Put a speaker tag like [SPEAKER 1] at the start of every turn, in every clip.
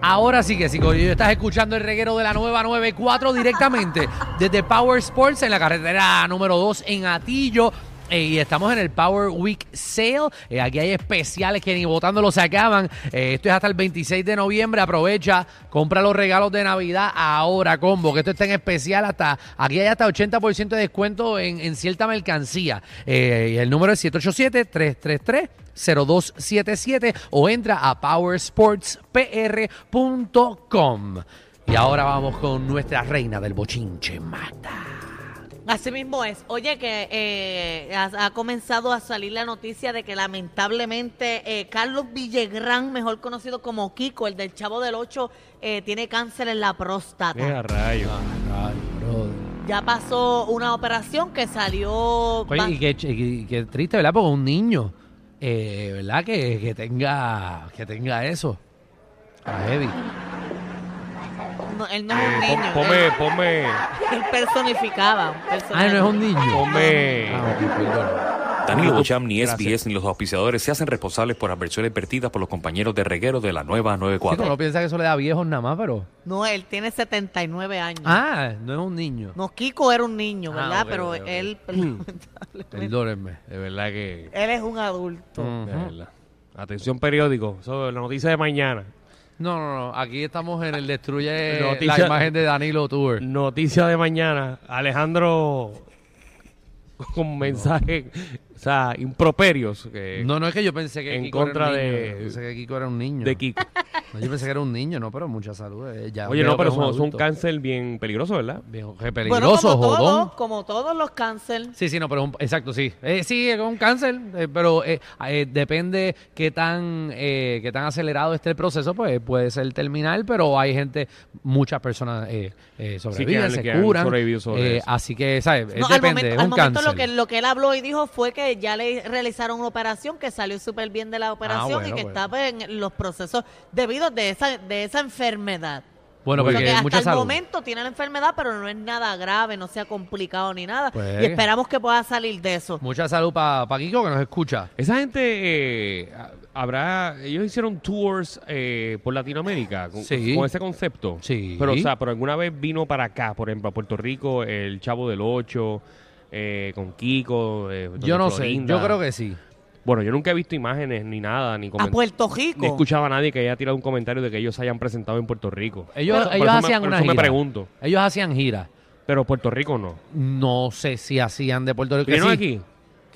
[SPEAKER 1] Ahora sí que sí, Corillo. Estás escuchando el reguero de la nueva 94 directamente desde Power Sports en la carretera número 2 en Atillo. Eh, y estamos en el Power Week Sale. Eh, aquí hay especiales que ni votando los sacaban. Eh, esto es hasta el 26 de noviembre. Aprovecha, compra los regalos de Navidad ahora, combo. Que esto está en especial hasta. Aquí hay hasta 80% de descuento en, en cierta mercancía. Eh, y el número es 787-333-0277 o entra a powersportspr.com. Y ahora vamos con nuestra reina del bochinche, Mata.
[SPEAKER 2] Así mismo es. Oye, que eh, ha, ha comenzado a salir la noticia de que lamentablemente eh, Carlos Villegrán, mejor conocido como Kiko, el del Chavo del Ocho, eh, tiene cáncer en la próstata.
[SPEAKER 3] Mira, rayo.
[SPEAKER 1] Ah,
[SPEAKER 2] Ya pasó una operación que salió...
[SPEAKER 1] Oye,
[SPEAKER 2] ba-
[SPEAKER 1] y qué, ch- y qué triste, ¿verdad? Porque un niño, eh, ¿verdad? Que, que tenga que tenga eso. A Eddie.
[SPEAKER 2] no, él no
[SPEAKER 1] Eh,
[SPEAKER 2] es un niño.
[SPEAKER 3] Eh, Ponme, ponme,
[SPEAKER 2] Él personificaba. personificaba.
[SPEAKER 1] Ah, no es un niño.
[SPEAKER 3] ponme.
[SPEAKER 1] Ah, ok, perdón.
[SPEAKER 4] Danilo Bocham, ni SBS, ni los auspiciadores se hacen responsables por las versiones vertidas por los compañeros de reguero de la nueva
[SPEAKER 1] Sí, que
[SPEAKER 4] 94.
[SPEAKER 1] uno piensa que eso le da a viejos nada más, pero.
[SPEAKER 2] No, él tiene 79 años.
[SPEAKER 1] Ah, no es un niño.
[SPEAKER 2] No, Kiko era un niño,
[SPEAKER 1] Ah,
[SPEAKER 2] ¿verdad?
[SPEAKER 1] ok,
[SPEAKER 2] Pero
[SPEAKER 1] ok, Mm. ok.
[SPEAKER 2] él, lamentablemente,
[SPEAKER 1] Perdónenme.
[SPEAKER 3] De verdad que.
[SPEAKER 2] él es un adulto.
[SPEAKER 3] de verdad. Atención periódico, eso es la noticia de mañana.
[SPEAKER 1] No, no, no. Aquí estamos en el destruye la
[SPEAKER 3] Noticia-
[SPEAKER 1] imagen de Danilo Tour.
[SPEAKER 3] Noticia de mañana, Alejandro con mensaje, o sea, improperios eh, que-
[SPEAKER 1] No, no es que yo pensé que
[SPEAKER 3] En
[SPEAKER 1] Kiko era
[SPEAKER 3] contra
[SPEAKER 1] un niño.
[SPEAKER 3] de-
[SPEAKER 1] Yo pensé que Kiko era un niño.
[SPEAKER 3] de Kiko.
[SPEAKER 1] No, yo pensé que era un niño, no, pero mucha salud. eh, ya
[SPEAKER 3] Oye,
[SPEAKER 1] veo
[SPEAKER 3] no,
[SPEAKER 1] que
[SPEAKER 3] pero
[SPEAKER 1] es un
[SPEAKER 3] son, son
[SPEAKER 1] adulto.
[SPEAKER 3] cáncer bien peligroso, ¿verdad?
[SPEAKER 1] Viejo, qué
[SPEAKER 2] Bueno,
[SPEAKER 1] peligroso,
[SPEAKER 2] como
[SPEAKER 1] jodón.
[SPEAKER 2] todos, como todos los cáncer.
[SPEAKER 1] Sí, sí, no, pero es un- exacto, sí. Eh, sí, es un cáncer, eh, pero eh, eh, depende qué tan, eh, qué tan acelerado esté el proceso, pues puede ser terminal, pero hay gente, muchas personas eh, eh, sobreviven,
[SPEAKER 3] Sí, que han-
[SPEAKER 1] se
[SPEAKER 3] que han
[SPEAKER 1] curan.
[SPEAKER 3] sobrevivido sobre
[SPEAKER 1] eh,
[SPEAKER 3] eso.
[SPEAKER 1] así que, ¿sabes? Eh,
[SPEAKER 2] No, al
[SPEAKER 1] depende,
[SPEAKER 2] momento,
[SPEAKER 1] es
[SPEAKER 2] al
[SPEAKER 1] un
[SPEAKER 2] momento
[SPEAKER 1] cáncer.
[SPEAKER 2] Lo, que, lo que él habló y dijo fue que ya le realizaron una operación, que salió súper bien de la operación y
[SPEAKER 1] Ah, bueno,
[SPEAKER 2] que
[SPEAKER 1] bueno.
[SPEAKER 2] estaba en los procesos debidos de esa, de esa enfermedad.
[SPEAKER 1] Bueno,
[SPEAKER 2] Porque
[SPEAKER 1] porque
[SPEAKER 2] hasta
[SPEAKER 1] mucha
[SPEAKER 2] el
[SPEAKER 1] salud.
[SPEAKER 2] momento tiene la enfermedad, pero no es nada grave, no sea complicado ni nada.
[SPEAKER 1] Pues.
[SPEAKER 2] Y esperamos que pueda salir de eso.
[SPEAKER 1] Mucha salud para Kiko que nos escucha.
[SPEAKER 3] Esa gente eh, ha- habrá, ellos hicieron tours eh, por Latinoamérica con,
[SPEAKER 1] Sí.
[SPEAKER 3] con ese concepto.
[SPEAKER 1] Sí.
[SPEAKER 3] Pero, o sea, pero alguna vez vino para acá, por ejemplo, a Puerto Rico, el Chavo del Ocho, eh, con Kiko. eh, Doña
[SPEAKER 1] Yo no
[SPEAKER 3] Florinda.
[SPEAKER 1] sé, yo creo que sí.
[SPEAKER 3] Bueno, yo nunca he visto imágenes ni nada, ni
[SPEAKER 2] A
[SPEAKER 3] comentarios.
[SPEAKER 2] Puerto
[SPEAKER 3] Ni
[SPEAKER 2] Rico.
[SPEAKER 3] escuchaba a nadie que haya tirado un comentario de que ellos se hayan presentado en Puerto Rico.
[SPEAKER 1] Ellos,
[SPEAKER 3] Por
[SPEAKER 1] ellos
[SPEAKER 3] eso me-
[SPEAKER 1] hacían
[SPEAKER 3] por
[SPEAKER 1] una
[SPEAKER 3] eso me
[SPEAKER 1] gira.
[SPEAKER 3] pregunto.
[SPEAKER 1] Ellos hacían gira.
[SPEAKER 3] Pero Puerto Rico no.
[SPEAKER 1] No sé si hacían de Puerto Rico. que
[SPEAKER 3] ¿Vinieron
[SPEAKER 1] sí,
[SPEAKER 3] aquí?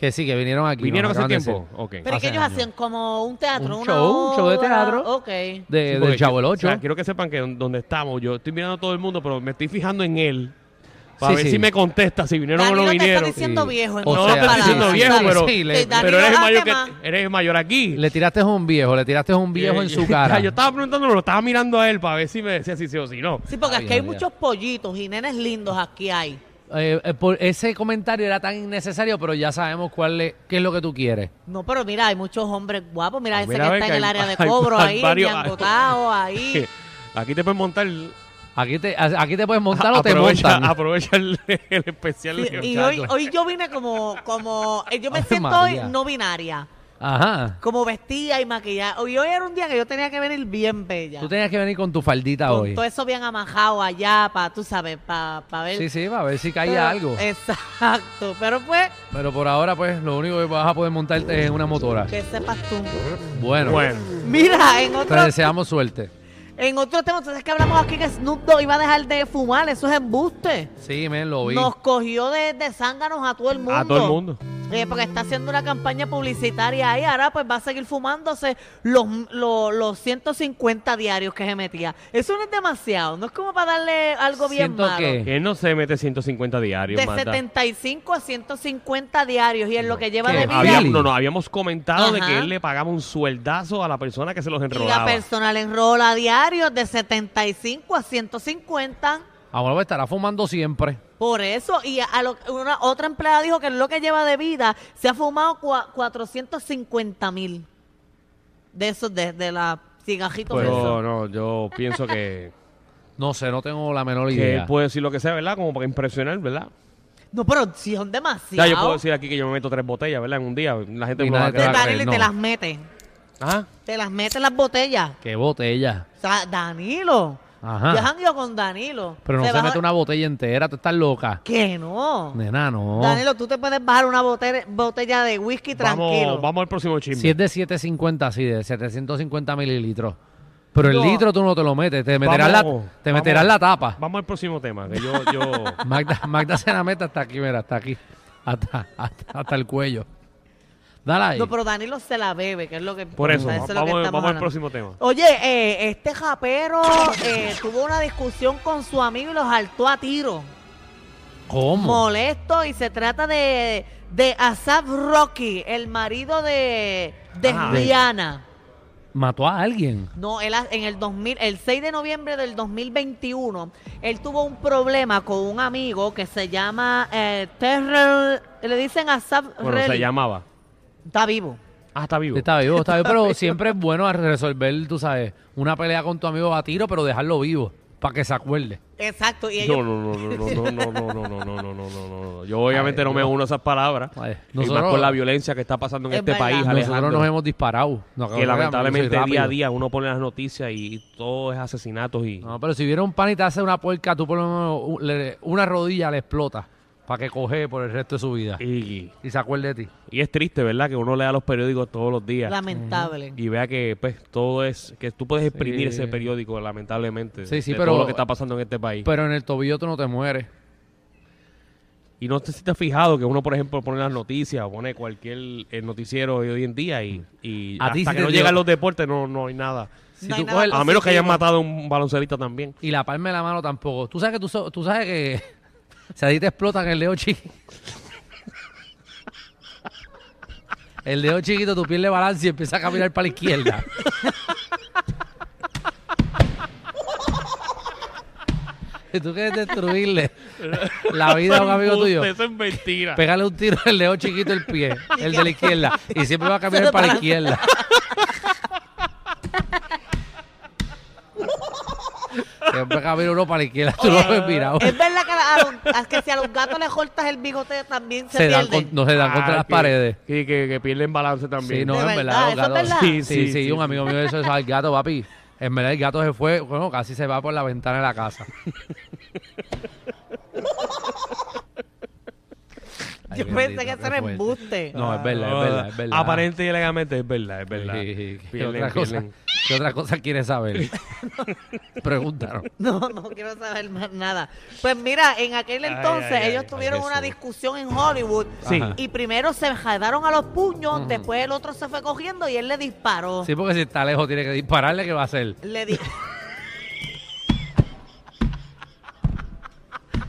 [SPEAKER 1] Que sí, que vinieron aquí.
[SPEAKER 3] ¿Vinieron
[SPEAKER 1] nos
[SPEAKER 3] hace
[SPEAKER 1] acaban de
[SPEAKER 3] tiempo?
[SPEAKER 1] decir.
[SPEAKER 3] Ok.
[SPEAKER 2] Pero es que
[SPEAKER 1] hace
[SPEAKER 2] ellos
[SPEAKER 1] años.
[SPEAKER 2] hacían como un teatro,
[SPEAKER 1] Un
[SPEAKER 2] una
[SPEAKER 1] show, un show de
[SPEAKER 2] obra.
[SPEAKER 1] teatro.
[SPEAKER 2] Ok.
[SPEAKER 1] De-
[SPEAKER 3] Sí, porque
[SPEAKER 1] Eh, del Chavo el
[SPEAKER 3] yo-
[SPEAKER 1] 8.
[SPEAKER 3] O sea, quiero que sepan que don- donde estamos, yo estoy mirando a todo el mundo, pero me estoy fijando en él. Para
[SPEAKER 1] Sí,
[SPEAKER 3] ver
[SPEAKER 1] sí.
[SPEAKER 3] si me contesta, si vinieron o
[SPEAKER 2] Danilo
[SPEAKER 3] no
[SPEAKER 2] te está
[SPEAKER 3] vinieron.
[SPEAKER 2] diciendo viejo, en
[SPEAKER 1] O
[SPEAKER 3] No,
[SPEAKER 2] pocas
[SPEAKER 1] sea,
[SPEAKER 3] te estoy diciendo
[SPEAKER 2] palabras.
[SPEAKER 1] sí,
[SPEAKER 3] viejo,
[SPEAKER 1] sí,
[SPEAKER 3] pero,
[SPEAKER 1] sí, le-
[SPEAKER 2] Sí, Danilo,
[SPEAKER 3] pero eres, el mayor
[SPEAKER 2] date más.
[SPEAKER 3] que, eres el mayor aquí.
[SPEAKER 1] Le tiraste a un viejo, le tiraste a un viejo en su cara.
[SPEAKER 3] Yo estaba preguntándolo, lo estaba mirando a él para ver si me decía si sí o si no.
[SPEAKER 2] Sí, porque
[SPEAKER 1] Ay,
[SPEAKER 2] aquí hay
[SPEAKER 1] María.
[SPEAKER 2] muchos pollitos y nenes lindos aquí hay.
[SPEAKER 1] Eh, eh, por- ese comentario era tan innecesario, pero ya sabemos cuál es, qué es lo que tú quieres.
[SPEAKER 2] No, pero mira, hay muchos hombres guapos. Mira,
[SPEAKER 3] Ah,
[SPEAKER 2] ese
[SPEAKER 3] mira,
[SPEAKER 2] que
[SPEAKER 3] ve
[SPEAKER 2] está
[SPEAKER 3] que
[SPEAKER 2] en el
[SPEAKER 3] hay-
[SPEAKER 2] área de
[SPEAKER 3] hay
[SPEAKER 2] cobro ahí,
[SPEAKER 3] varios-
[SPEAKER 2] ñangotado ahí.
[SPEAKER 3] Aquí te puedes montar. Aquí
[SPEAKER 1] Aquí te, a- aquí te puedes montar o te montan.
[SPEAKER 3] Aprovecha el, el especial.
[SPEAKER 2] Sí,
[SPEAKER 3] de
[SPEAKER 2] y
[SPEAKER 3] Chaco.
[SPEAKER 2] hoy, hoy yo vine como, como, eh, yo me
[SPEAKER 1] Ave
[SPEAKER 2] siento hoy
[SPEAKER 1] María.
[SPEAKER 2] no binaria,
[SPEAKER 1] Ajá.
[SPEAKER 2] como vestida y maquillada. Hoy, hoy era un día que yo tenía que venir bien bella.
[SPEAKER 1] Tú tenías que venir con tu faldita
[SPEAKER 2] con
[SPEAKER 1] hoy.
[SPEAKER 2] todo eso bien amajado allá, para, tú sabes, para ver.
[SPEAKER 1] Sí, sí, para ver si caía
[SPEAKER 2] Pero- eh,
[SPEAKER 1] algo.
[SPEAKER 2] Exacto, pero pues,
[SPEAKER 1] Pero por ahora, pues, lo único que vas a poder montarte es en una motora.
[SPEAKER 2] que sepas tú.
[SPEAKER 1] Bueno,
[SPEAKER 3] Bueno,
[SPEAKER 2] Mira, en
[SPEAKER 1] te
[SPEAKER 2] otro,
[SPEAKER 3] Pues
[SPEAKER 1] deseamos suerte.
[SPEAKER 2] en otro tema, entonces que hablamos aquí que Snoop Dogg iba a dejar de fumar, eso es embuste.
[SPEAKER 1] Sí, men, lo vi.
[SPEAKER 2] Nos cogió de, de zánganos a todo el mundo.
[SPEAKER 3] a todo el mundo.
[SPEAKER 2] Eh, porque está haciendo una campaña publicitaria ahí, ahora pues va a seguir fumándose los, los, los 150 diarios que se metía. Eso no es demasiado, no es como para darle algo bien
[SPEAKER 1] Siento
[SPEAKER 2] malo.
[SPEAKER 1] que-
[SPEAKER 3] Que él no se mete 150 diarios,
[SPEAKER 2] De
[SPEAKER 3] Magda.
[SPEAKER 2] 75 a 150 diarios y en lo que lleva
[SPEAKER 1] ¿Qué?
[SPEAKER 2] de
[SPEAKER 1] mil
[SPEAKER 3] Había-
[SPEAKER 1] Había-
[SPEAKER 2] vida...
[SPEAKER 1] diarios.
[SPEAKER 3] no, no, habíamos comentado de que
[SPEAKER 2] Ajá.
[SPEAKER 3] él le pagaba un sueldazo a la persona que se los
[SPEAKER 2] Y la
[SPEAKER 3] enrolaba.
[SPEAKER 2] personal enrola diarios de 75 a 150.
[SPEAKER 1] Ahora pues, estará fumando siempre.
[SPEAKER 2] Por eso, y a- a lo- una, otra empleada dijo que en lo que lleva de vida se ha fumado cua- 450 mil de esos, de, de la cigajitos
[SPEAKER 1] Pues,
[SPEAKER 3] Pero
[SPEAKER 2] esos.
[SPEAKER 3] no, yo pienso que,
[SPEAKER 1] No sé, no tengo la menor
[SPEAKER 3] que
[SPEAKER 1] idea.
[SPEAKER 3] él puede decir lo que sea, ¿verdad? Como para impresionar, ¿verdad?
[SPEAKER 2] No, pero si son demasiado.
[SPEAKER 3] Ya, yo puedo decir aquí que yo me meto tres botellas, ¿verdad? En un día. La gente
[SPEAKER 1] Y
[SPEAKER 3] me lo va a
[SPEAKER 1] nadie te va
[SPEAKER 2] Te,
[SPEAKER 1] a
[SPEAKER 3] creer.
[SPEAKER 1] creer,
[SPEAKER 2] dale,
[SPEAKER 1] no.
[SPEAKER 2] te las meten.
[SPEAKER 3] Ah,
[SPEAKER 2] Te las mete en las botellas.
[SPEAKER 1] Qué botella.
[SPEAKER 2] O sea, Danilo.
[SPEAKER 1] Ajá.
[SPEAKER 2] Yo he jangueado con Danilo.
[SPEAKER 1] Pero no se,
[SPEAKER 2] baja-
[SPEAKER 1] mete una botella entera, tú estás loca.
[SPEAKER 2] Que no.
[SPEAKER 1] Nena, no.
[SPEAKER 2] Danilo, tú te puedes bajar una bote- botella de whisky tranquilo.
[SPEAKER 3] vamos, vamos al próximo chisme.
[SPEAKER 1] Si es de 750, sí, de 750 mililitros. Pero el
[SPEAKER 2] No.
[SPEAKER 1] litro tú no te lo metes, te meterás,
[SPEAKER 3] Vamos,
[SPEAKER 1] la, te meterás
[SPEAKER 3] vamos.
[SPEAKER 1] la tapa.
[SPEAKER 3] Vamos al próximo tema, que yo, yo...
[SPEAKER 1] Magda, Magda se la mete hasta aquí, mira, hasta aquí. Hasta, hasta, hasta el cuello. Dale ahí.
[SPEAKER 2] No, pero Danilo se la bebe, que es lo que.
[SPEAKER 3] Por eso,
[SPEAKER 2] o sea, es lo que
[SPEAKER 3] vamos,
[SPEAKER 2] estamos
[SPEAKER 3] vamos al
[SPEAKER 2] hablando.
[SPEAKER 3] próximo tema.
[SPEAKER 2] Oye, eh, este japero eh, tuvo una discusión con su amigo y los saltó a tiro.
[SPEAKER 1] ¿Cómo?
[SPEAKER 2] Molesto y se trata de, de Asap Rocky, el marido de, de
[SPEAKER 3] Ah, de-
[SPEAKER 2] Rihanna.
[SPEAKER 1] Mató a alguien.
[SPEAKER 2] No, él ha- en el 2000, el 6 de noviembre del 2021, él tuvo un problema con un amigo que se llama eh, Terrell, le dicen Asap
[SPEAKER 3] Bueno, se
[SPEAKER 2] Relly.
[SPEAKER 3] llamaba.
[SPEAKER 2] Está vivo.
[SPEAKER 3] Ah, está vivo.
[SPEAKER 1] Está vivo, está vivo, pero siempre es bueno a resolver, tú sabes, una pelea con tu amigo a tiro, pero dejarlo vivo, para que se acuerde.
[SPEAKER 2] Exacto, y ellos
[SPEAKER 3] No, no, no, no, no, no, no, no, no, no, no, no, no, no, no. Yo obviamente
[SPEAKER 1] Ay,
[SPEAKER 3] no me
[SPEAKER 1] Dios.
[SPEAKER 3] uno a esas palabras.
[SPEAKER 1] Ay,
[SPEAKER 3] y más
[SPEAKER 1] nosotros-
[SPEAKER 3] con la violencia que está pasando en
[SPEAKER 2] Es
[SPEAKER 3] este
[SPEAKER 2] verdad.
[SPEAKER 3] país,
[SPEAKER 2] Nosotros
[SPEAKER 3] Alejandro.
[SPEAKER 1] Nosotros nos hemos disparado. No,
[SPEAKER 3] que
[SPEAKER 1] cabrón,
[SPEAKER 3] lamentablemente
[SPEAKER 1] yo soy
[SPEAKER 3] día a
[SPEAKER 1] rápido.
[SPEAKER 3] día uno pone las noticias y, y todo es asesinatos y...
[SPEAKER 1] No, pero si viene un pan y te hace una puerca, tú por lo menos u- le- una rodilla le explota para que coge por el resto de su vida
[SPEAKER 3] y...
[SPEAKER 1] y se acuerde de ti.
[SPEAKER 3] y es triste, ¿verdad? Que uno lea los periódicos todos los días
[SPEAKER 2] lamentable.
[SPEAKER 3] y vea que pues todo es... Que tú puedes exprimir
[SPEAKER 1] Sí.
[SPEAKER 3] ese periódico, lamentablemente.
[SPEAKER 1] Sí, sí,
[SPEAKER 3] de
[SPEAKER 1] pero-
[SPEAKER 3] Todo lo que está pasando en este país.
[SPEAKER 1] Pero en el tobillo tú no te mueres.
[SPEAKER 3] Y no sé si te has fijado que uno, por ejemplo, pone las noticias, pone cualquier eh, noticiero de hoy en día y, y
[SPEAKER 1] Mm. A ti
[SPEAKER 3] hasta
[SPEAKER 1] sí
[SPEAKER 3] que
[SPEAKER 1] te
[SPEAKER 3] no
[SPEAKER 1] dio-
[SPEAKER 3] llegan los deportes no, no hay nada.
[SPEAKER 1] Si
[SPEAKER 2] No hay
[SPEAKER 1] tú
[SPEAKER 2] nada
[SPEAKER 1] coges
[SPEAKER 3] A menos que hayan
[SPEAKER 2] positivo.
[SPEAKER 3] matado a un baloncelista también.
[SPEAKER 1] y la palma de la mano tampoco. Tú sabes que tú, so- tú sabes que si a ti te explotan el dedo chiquito. El dedo chiquito, tu piel de balance y empieza a caminar para la izquierda. Si tú quieres destruirle la vida a un amigo
[SPEAKER 3] Embuste,
[SPEAKER 1] tuyo,
[SPEAKER 3] Eso es mentira.
[SPEAKER 1] pégale un tiro al dedo chiquito el pie, el de la izquierda, y siempre va a
[SPEAKER 2] Se
[SPEAKER 1] caminar
[SPEAKER 2] te
[SPEAKER 1] para la
[SPEAKER 2] balanza.
[SPEAKER 1] izquierda. Siempre camina uno para la izquierda, tú lo
[SPEAKER 2] Ah,
[SPEAKER 1] ves mirado.
[SPEAKER 2] Es verdad que, a los- a que si a los gatos les cortas el bigote también se,
[SPEAKER 1] Se dan
[SPEAKER 2] pierden.
[SPEAKER 1] con- no se dan contra
[SPEAKER 3] Ah,
[SPEAKER 1] las
[SPEAKER 3] que-
[SPEAKER 1] paredes.
[SPEAKER 3] Que, que, que pierden balance también.
[SPEAKER 1] Sí, no,
[SPEAKER 2] De
[SPEAKER 1] en
[SPEAKER 2] verdad,
[SPEAKER 1] verdad, los
[SPEAKER 2] ¿eso es
[SPEAKER 1] gatos-
[SPEAKER 2] verdad?
[SPEAKER 1] Sí, sí,
[SPEAKER 3] Sí,
[SPEAKER 1] sí,
[SPEAKER 3] sí,
[SPEAKER 1] un
[SPEAKER 3] sí.
[SPEAKER 1] amigo mío hizo eso al gato, papi. En verdad, el gato se fue, bueno, casi se va por la ventana de la casa. Ay,
[SPEAKER 2] Yo
[SPEAKER 1] bendito,
[SPEAKER 2] pensé que
[SPEAKER 1] qué
[SPEAKER 2] eso era
[SPEAKER 1] fuerte.
[SPEAKER 2] embuste.
[SPEAKER 1] No, es verdad, es verdad, es verdad.
[SPEAKER 3] Aparente y legalmente es verdad, es verdad.
[SPEAKER 1] Sí, sí, sí. ¿Qué,
[SPEAKER 3] Pierden,
[SPEAKER 1] otra cosa,
[SPEAKER 3] pierden.
[SPEAKER 1] ¿Qué otra cosa quieres saber? Pregúntanos.
[SPEAKER 2] No, no quiero saber más nada. Pues mira, en aquel
[SPEAKER 3] Ay,
[SPEAKER 2] entonces
[SPEAKER 3] ay, ay.
[SPEAKER 2] ellos
[SPEAKER 3] Ay,
[SPEAKER 2] tuvieron una
[SPEAKER 1] Jesús.
[SPEAKER 2] discusión en Hollywood
[SPEAKER 3] Sí.
[SPEAKER 1] Ajá.
[SPEAKER 2] y primero se jadaron a los puños, después el otro se fue cogiendo y él le disparó.
[SPEAKER 1] Sí, porque si está lejos tiene que dispararle, ¿qué va a hacer?
[SPEAKER 2] Le di-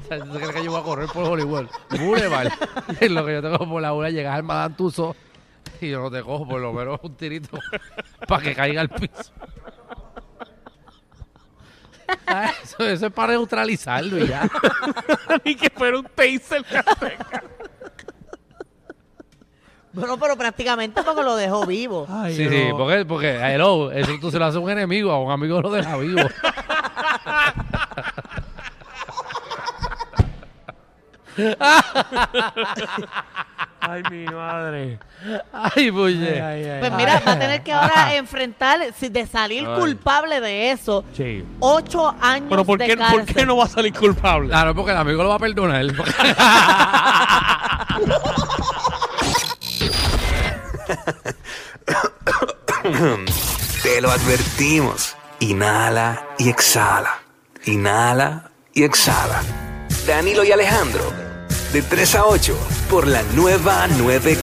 [SPEAKER 1] O sea, ¿Tú crees que yo voy a correr por Hollywood? Boulevard. Es lo que yo tengo por la una, llegar al Madame Tussauds y yo no te cojo por lo menos un tirito para que caiga al piso. Ah, Eso, eso es para neutralizarlo y ya.
[SPEAKER 3] Ni que fuera un taser.
[SPEAKER 2] Bueno, pero prácticamente porque lo dejó vivo.
[SPEAKER 3] Ay,
[SPEAKER 1] sí,
[SPEAKER 3] no.
[SPEAKER 1] sí, porque, porque, hello, eso tú se lo haces a un enemigo, a un amigo lo deja vivo.
[SPEAKER 3] Ay, mi madre.
[SPEAKER 1] Ay, puye.
[SPEAKER 3] Ay, ay,
[SPEAKER 2] Pues mira, va a tener que ahora enfrentar, si- de salir
[SPEAKER 3] Ay.
[SPEAKER 2] culpable de eso,
[SPEAKER 3] Sí.
[SPEAKER 2] ocho años
[SPEAKER 3] Pero ¿por
[SPEAKER 2] de
[SPEAKER 3] qué, ¿por qué
[SPEAKER 2] cárcel.
[SPEAKER 3] no va a salir culpable?
[SPEAKER 1] Claro, porque el amigo lo va a perdonar.
[SPEAKER 5] Te lo advertimos. Inhala y exhala. Inhala y exhala. Danilo y Alejandro, de 3 a 8, por la nueva 9.